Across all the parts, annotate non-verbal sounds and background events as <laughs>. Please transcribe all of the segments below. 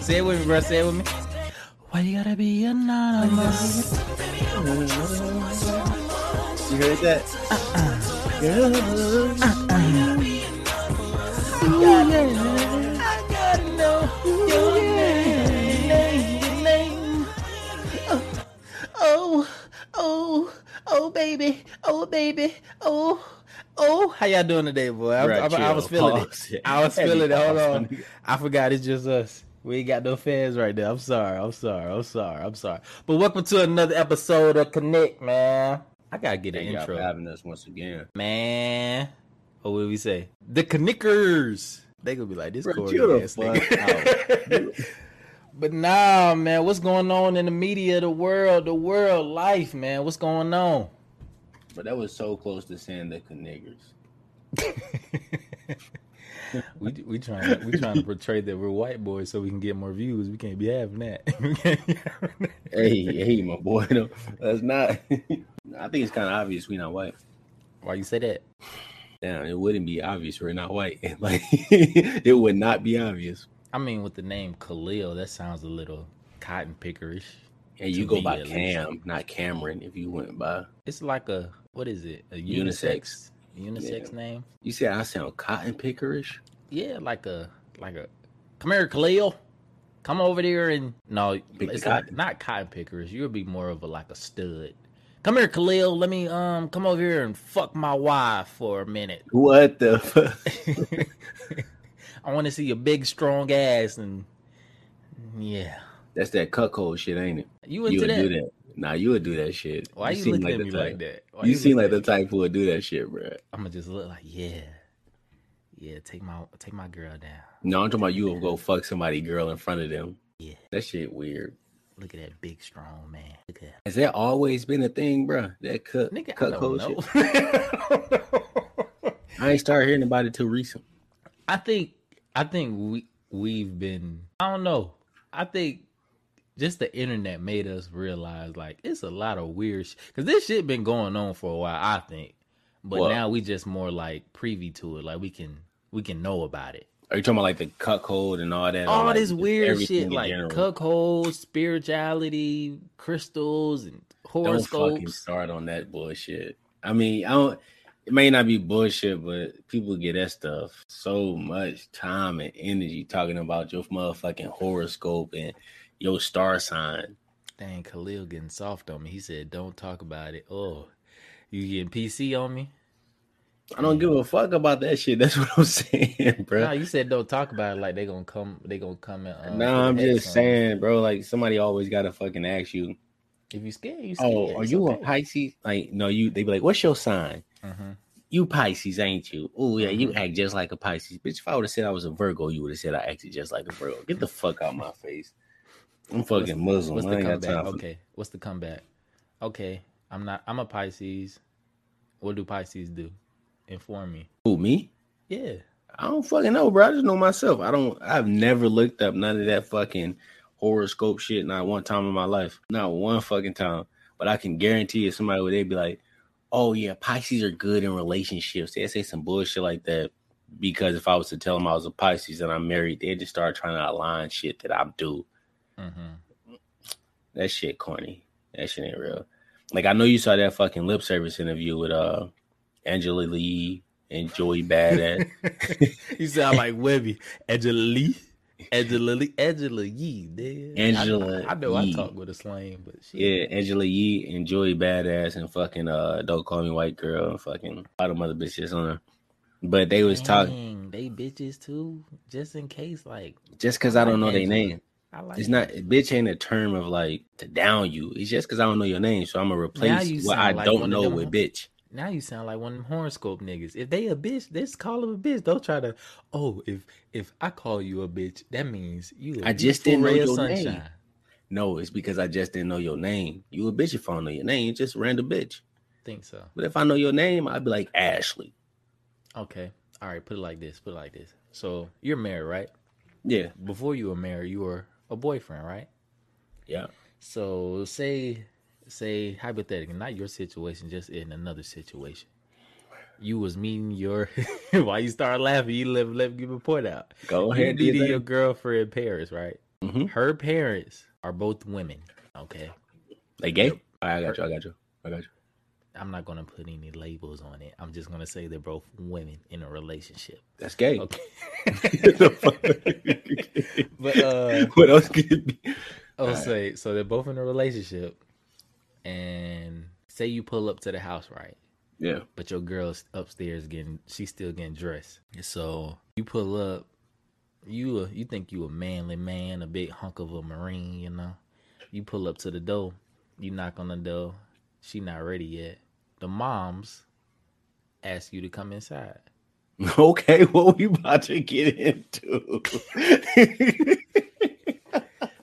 Say it with me, bro. Say it with me. Why you gotta be anonymous? You heard that? Uh-uh. Uh-uh. I gotta know your name, name, name. Oh, oh, oh, baby, oh, baby, oh, oh. How y'all doing today, boy? I, Bruh, I- I chill. was feeling Pause. it. I was Heavy feeling it. Hold pause, my on. nigga. I forgot it's just us. We ain't got no fans right there. I'm sorry. I'm sorry. I'm sorry. I'm sorry. But welcome to another episode of Connect, man. I gotta get an Thank y'all intro, for having us once again. man. What would we say? The Knickers. They gonna be like this Bro, Corey chill the ass fuck nigga. <laughs> but nah, man. What's going on in the media, the world, the world life, man? What's going on? But that was so close to saying the Kniggers. <laughs> We we trying we trying to portray that we're white boys so we can get more views. We can't be having that. <laughs> we can't be having that. <laughs> Hey, hey, my boy. No, that's not. <laughs> I think it's kind of obvious we're not white. Why you say that? Damn, it wouldn't be obvious we're not white. <laughs> Like it would not be obvious. I mean, with the name Khalil, that sounds a little cotton pickerish. And you To go me, by at least. Cam, not Cameron. If you went by, It's like a what is it? A unisex Unisex. unisex name? you said I sound cotton pickerish. Yeah, like a like a come here, Khalil. Come over there and no, Pick the it's like- cotton. not cotton pickerish. You would be more of a like a stud. Come here, Khalil. Let me um come over here and fuck my wife for a minute. What the? <laughs> Fuck? <laughs> I want to see your big strong ass and yeah, That's that cuckold shit, ain't it? you You into would that? do that. Nah, you would do that shit. Why you, seem looking like at the me type. like that? Why You seem like looking the at me- type who would do that shit, bro. I'm gonna just look like, yeah, yeah. Take my take my girl down. No, I'm talking about you will go fuck somebody girl in front of them. Yeah. That shit weird. Look at that big strong man. Look at Has that always been a thing, bruh? That cut, that. nigga. I cut don't cold shit. know. <laughs> I ain't started hearing about it till recent. I think I think we we've been. I don't know. I think just the internet made us realize like it's a lot of weird shit because this shit been going on for a while. I think, but Well- now we just more like privy to it. Like we can we can know about it. Are you talking about like the cut cold and all that? or, all like, this just weird everything shit in like general? cuckold, spirituality, crystals, and Don't fucking horoscopes. start on that bullshit. I mean, I don't. It may not be bullshit, but people get that stuff so much time and energy talking about your motherfucking horoscope and your star sign. Dang, Khalil getting soft on me. He said, "Don't talk about it." Oh, you getting PC on me? I don't give a fuck about that shit. <laughs> That's what I'm saying, bro. No, you said don't talk about it. Like they gonna come, they gonna come and. Um, No, I'm put hex just on you. saying, bro. Like somebody always gotta fucking ask you, If you scared, you scared. "Oh, are you a Pisces?" Like, no, you. They be like, "What's your sign?" hmm You Pisces, ain't you? Oh yeah, Mm-hmm. you act just like a Pisces, bitch. If I would have said I was a Virgo, you would have said I acted just like a Virgo. Get the fuck out my face. I'm fucking Muslim. What's Oh, I the ain't got comeback? time. For... Okay, what's the comeback? Okay, I'm not. I'm a Pisces. What do Pisces do? Inform me. Who me? Yeah. I don't fucking know, bro. I just know myself. I don't. I've never looked up none of that fucking horoscope shit. Not one time in my life. Not one fucking time. But I can guarantee if somebody would, they'd be like, "Oh yeah, Pisces are good in relationships." They say some bullshit like that because if I was to tell them I was a Pisces and I'm married, they'd just start trying to align shit that I do. Mm-hmm. That shit corny. That shit ain't real. Like I know you saw that fucking lip service interview with uh Angela Lee and <laughs> Joey Badass. <laughs> you sound like Webby. Angela Lee. Angela Lee. Angela Yee. nigga. Angela I, I know Yee. I talk with a slang, but she, Yeah, Angela Yee and Joey Badass and fucking uh Don't Call Me White Girl and fucking all them other bitches on her. But they was Dang, talking they bitches too. Just in case, like just because I don't know their Angela. name. I like. It's not bitch ain't a term of like to down you. It's just because I don't know your name, so I'm gonna you replace what sound I like one don't of know them- with bitch. Now you sound like one of them horoscope niggas. If they a bitch, just call them a bitch. Don't try to. Oh, if if I call you a bitch, that means you. I I just didn't know your name. No, it's because I just didn't know your name. You a bitch if I don't know your name. You just random bitch. Think so. But if I know your name, I'd be like Ashley. Okay. All right. Put it like this. Put it like this. So you're married, right? Yeah, Before you were married, you were a boyfriend, right? yeah. So say say hypothetically, not your situation, just in another situation. You was meeting your <laughs> why you start laughing, you left left give a point out. Go You ahead. do meeting your your thing. girlfriend in Paris, right? Mm-hmm. Her parents are both women. Okay. They gay? All right, I got you. I got you. I got you. I'm not gonna put any labels on it. I'm just gonna say they're both women in a relationship. That's gay. Okay. <laughs> but <laughs> But, uh, what else could it be? I'll Alright. say so they're both in a relationship and say you pull up to the house, right? Yeah. <laughs> But your girl's upstairs getting she's still getting dressed. So you pull up, you a, you think you a manly man, a big hunk of a marine, you know. You pull up to the door, you knock on the door, she not ready yet. The moms ask you to come inside. Okay, what we about to get <laughs> into?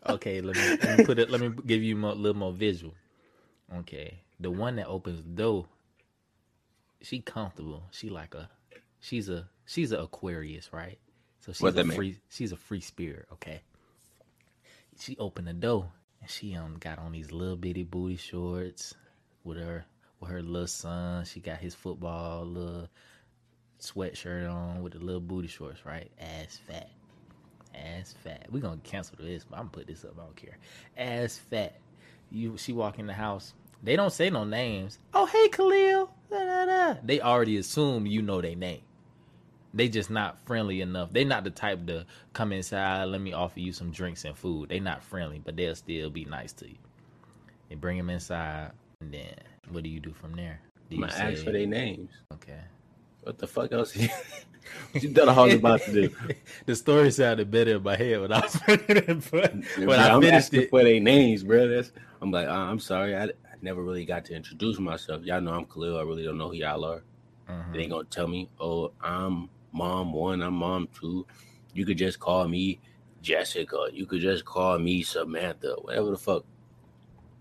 okay, let me, let me put it. Let me give you a little more visual. Okay, the one that opens the door, she comfortable. She like a, she's a she's a Aquarius, right? So she's What that a mean? free she's a free spirit. Okay, she opened the door and she um got on these little bitty booty shorts with her with her little son. She got his football little sweatshirt on with the little booty shorts, right? Ass fat. Ass fat. We're gonna cancel this, but I'm gonna put this up, I don't care. Ass fat. You she walk in the house. They don't say no names. Oh hey Khalil. Da, da, da. They already assume you know their name. They just not friendly enough. They not the type to come inside, let me offer you some drinks and food. They not friendly, but they'll still be nice to you. They bring them inside and then what do you do from there? Do I'm you gonna ask for their names. okay. What the fuck else? <laughs> you thought I was about to <laughs> do? <laughs> the story sounded better in my head when I was reading it, but Bruh, when I I'm finished asking it, for their names, bro. That's I'm like, uh, I'm sorry, I, I never really got to introduce myself. Y'all know I'm Khalil. I really don't know who y'all are. Mhm. They ain't gonna tell me, oh, I'm mom one, I'm mom two. You could just call me Jessica. You could just call me Samantha. Whatever the fuck.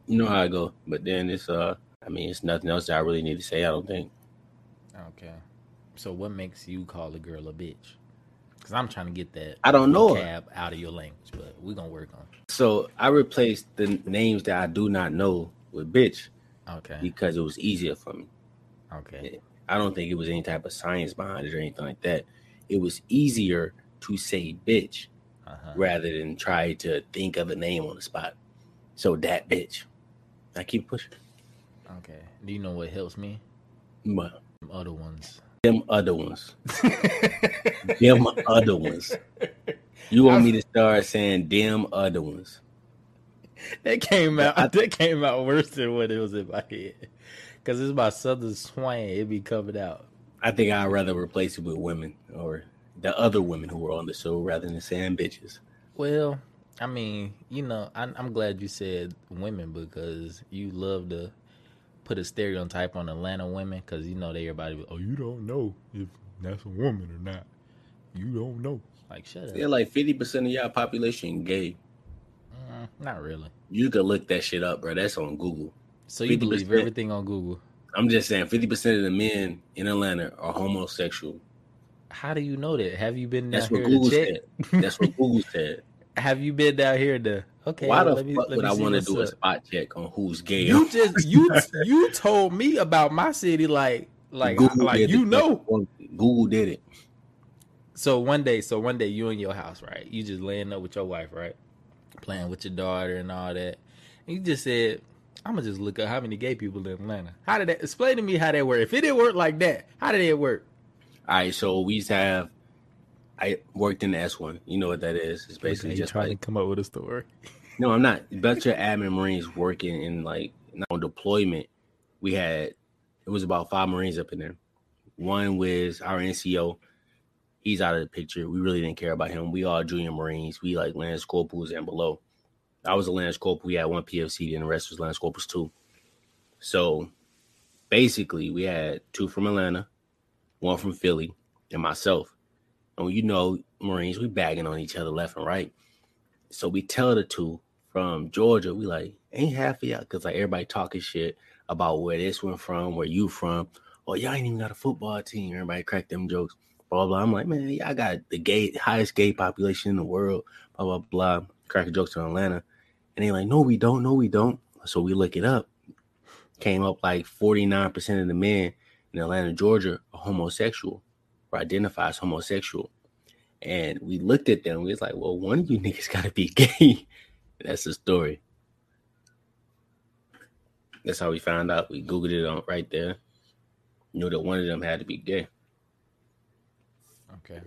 You know how I go. But then it's uh, I mean, it's nothing else that I really need to say. I don't think. Uh-huh. Okay. So what makes you call a girl a bitch? Because I'm trying to get that I don't know. her. vocab out of your language, but we're gonna work on. So I replaced the names that I do not know with it. bitch Okay. because it was easier for me. Okay. I don't think it was any type of science behind it or anything like that. It was easier to say bitch Uh huh. rather than try to think of a name on the spot. So that bitch. I keep pushing. Okay. Do you know what helps me? But Them other <laughs> ones. them other ones. <laughs> Them other ones. You want me to start saying them other ones. That came out. That came out worse than what it was in my head. Cause it's my southern swang. It be covered out. I think I'd rather replace it with women or the other women who were on the show rather than saying bitches. Well, I mean, you know, I, I'm glad you said women because you love to put a stereotype on Atlanta women because you know they everybody. be, Oh, you don't know if that's a woman or not. You don't know. Like shut up. They're like 50% of y'all population gay. Mm, not really. You could look that shit up, bro. That's on Google. So you believe 50%. everything on Google? I'm just saying, fifty percent of the men in Atlanta are homosexual. How do you know that? Have you been down That's what here Google to said. check? That's <laughs> what Google said. Have you been down here to? Okay. Why the let me- fuck let would me I see want to what's do a up. spot check on who's gay? You just <laughs> you you told me about my city like like Google like did you it. know. Google did it. So one day, so one day you in your house, right? You just laying up with your wife, right? Playing with your daughter and all that. And you just said, I'ma just look up how many gay people in Atlanta. How did that explain to me how that worked? If it didn't work like that, how did it work? All right, so we used to have. I worked in the S one. You know what that is? It's basically just like to come up with a story. No, I'm not. Bunch of admin Marines working in like not on deployment. We had it was about five Marines up in there. One was our NCO. He's out of the picture. We really didn't care about him. We all junior Marines. We like Lance Corporals and below. I was a Lance Corporal. We had one PFC, and the rest was Lance Corporals too. So basically, we had two from Atlanta, one from Philly, and myself. And you know, Marines, we bagging on each other left and right. So we tell the two from Georgia, we like, ain't half of y'all, because like everybody talking shit about where this one from, where you from. Oh, y'all ain't even got a football team. Everybody crack them jokes. Blah blah. I'm like, man, y'all got the gay highest gay population in the world. Blah blah blah. Cracking jokes in Atlanta, and they like, no, we don't, no, we don't. So we look it up. Came up like 49 percent of the men in Atlanta, Georgia, are homosexual or identify as homosexual. and we looked at them. We was like, well, one of you niggas gotta be <laughs> gay. That's the story. That's how we found out. We googled it on right there. Knew that one of them had to be gay. Okay.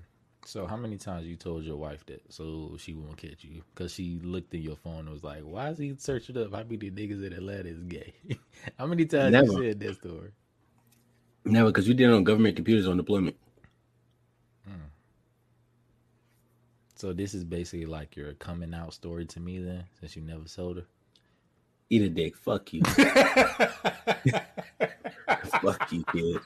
So how many times you told your wife that so she won't catch you because she looked in your phone and was like, "Why is he searching up how many niggas in Atlanta is gay?" <laughs> how many times Never. you said that story? Never, because we did it on government computers on deployment. So this is basically like your coming out story to me then, since you never told her. <laughs> Eat a dick. Fuck you. Fuck you, kid.